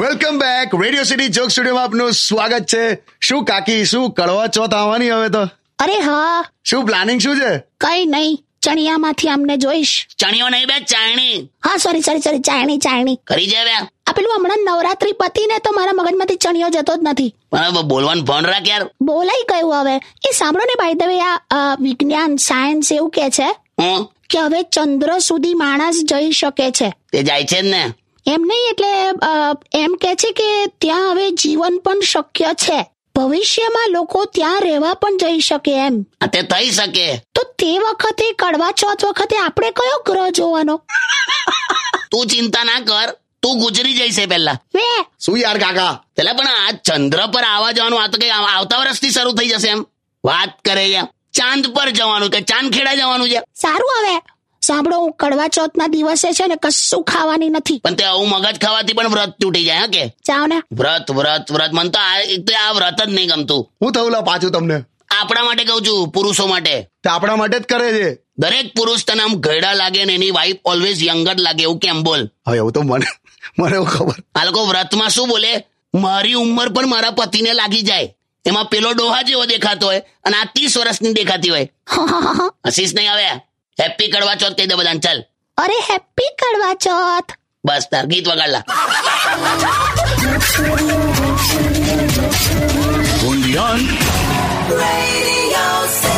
Welcome back radio city joke સ્ટુડિયોમાં આપનું સ્વાગત છે શું કાકી શું કડવા ચોથ આવવાની હવે તો અરે હા શું પ્લાનિંગ શું છે કઈ નહીં ચણિયામાંથી આમને જોઈશ ચણીઓ નહીં બે ચાણી હા સોરી સોરી સોરી ચાયણી ચાયણી કરી છે બે આ પેલું હમણાં નવરાત્રી પતી ને તો મારા મગજમાંથી ચણિયો જતો જ નથી પણ હવે બોલવાનું ભણ રાખ યાર બોલાઈ ગયું હવે એ સાંભળો ને બાય ધ વે આ અ, વિજ્ઞાન સાયન્સ એવું કે છે હું કે હવે ચંદ્ર સુધી માણસ જઈ શકે છે તે જાય છે જ ને એમ નહીં એટલે અ, એમ કે છે કે ત્યાં હવે જીવન પણ શક્ય છે ભવિષ્યમાં લોકો ત્યાં રહેવા પણ જઈ શકે એમ આ તે થઈ શકે તો તે વખતે કડવા ચોથ વખતે આપણે કયો ગ્રહ જોવાનો તું ચિંતા ના કર તું ગુજરી જઈશ એ પહેલા વે શું યાર કાકા એટલે પણ આ ચંદ્ર પર આવવા જવાનું આ તો કઈ આવતા વર્ષથી શરૂ થઈ જશે એમ વાત કરે છે ચાંદ પર જવાનું કે ચાંદ ખેડા જવાનું છે સારું હવે સાંભળો હું કડવા ચોથના દિવસે છે ને કશું ખાવાની નથી પણ તે આવું મગજ ખાવાથી પણ વ્રત તૂટી જાય હા કે જાઓ ને વ્રત વ્રત વ્રત મને તો આ એક તો આ વ્રત જ નહીં ગમતું હું થયું લા પાછું તમને આપણા માટે કહું છું પુરુષો માટે તે આપણા માટે જ કરે છે દરેક પુરુષ તને આમ ઘરડા લાગે ને એની વાઈફ ઓલવેઝ યંગર લાગે એવું કેમ બોલ હવે એવું તો મને મને એવું ખબર આ લોકો વ્રતમાં શું બોલે મારી ઉંમર પણ મારા પતિને લાગી જાય એમાં પેલો ડોહા જેવો દેખાતો હોય અને આ ત્રીસ વર્ષની દેખાતી હોય હસીસ નહીં આવે હેપી કડવા ચોથ કહી દે બધાને ચાલ અરે હેપી કડવા ચોથ બસ તાર ગીત વગાડલા Radio City.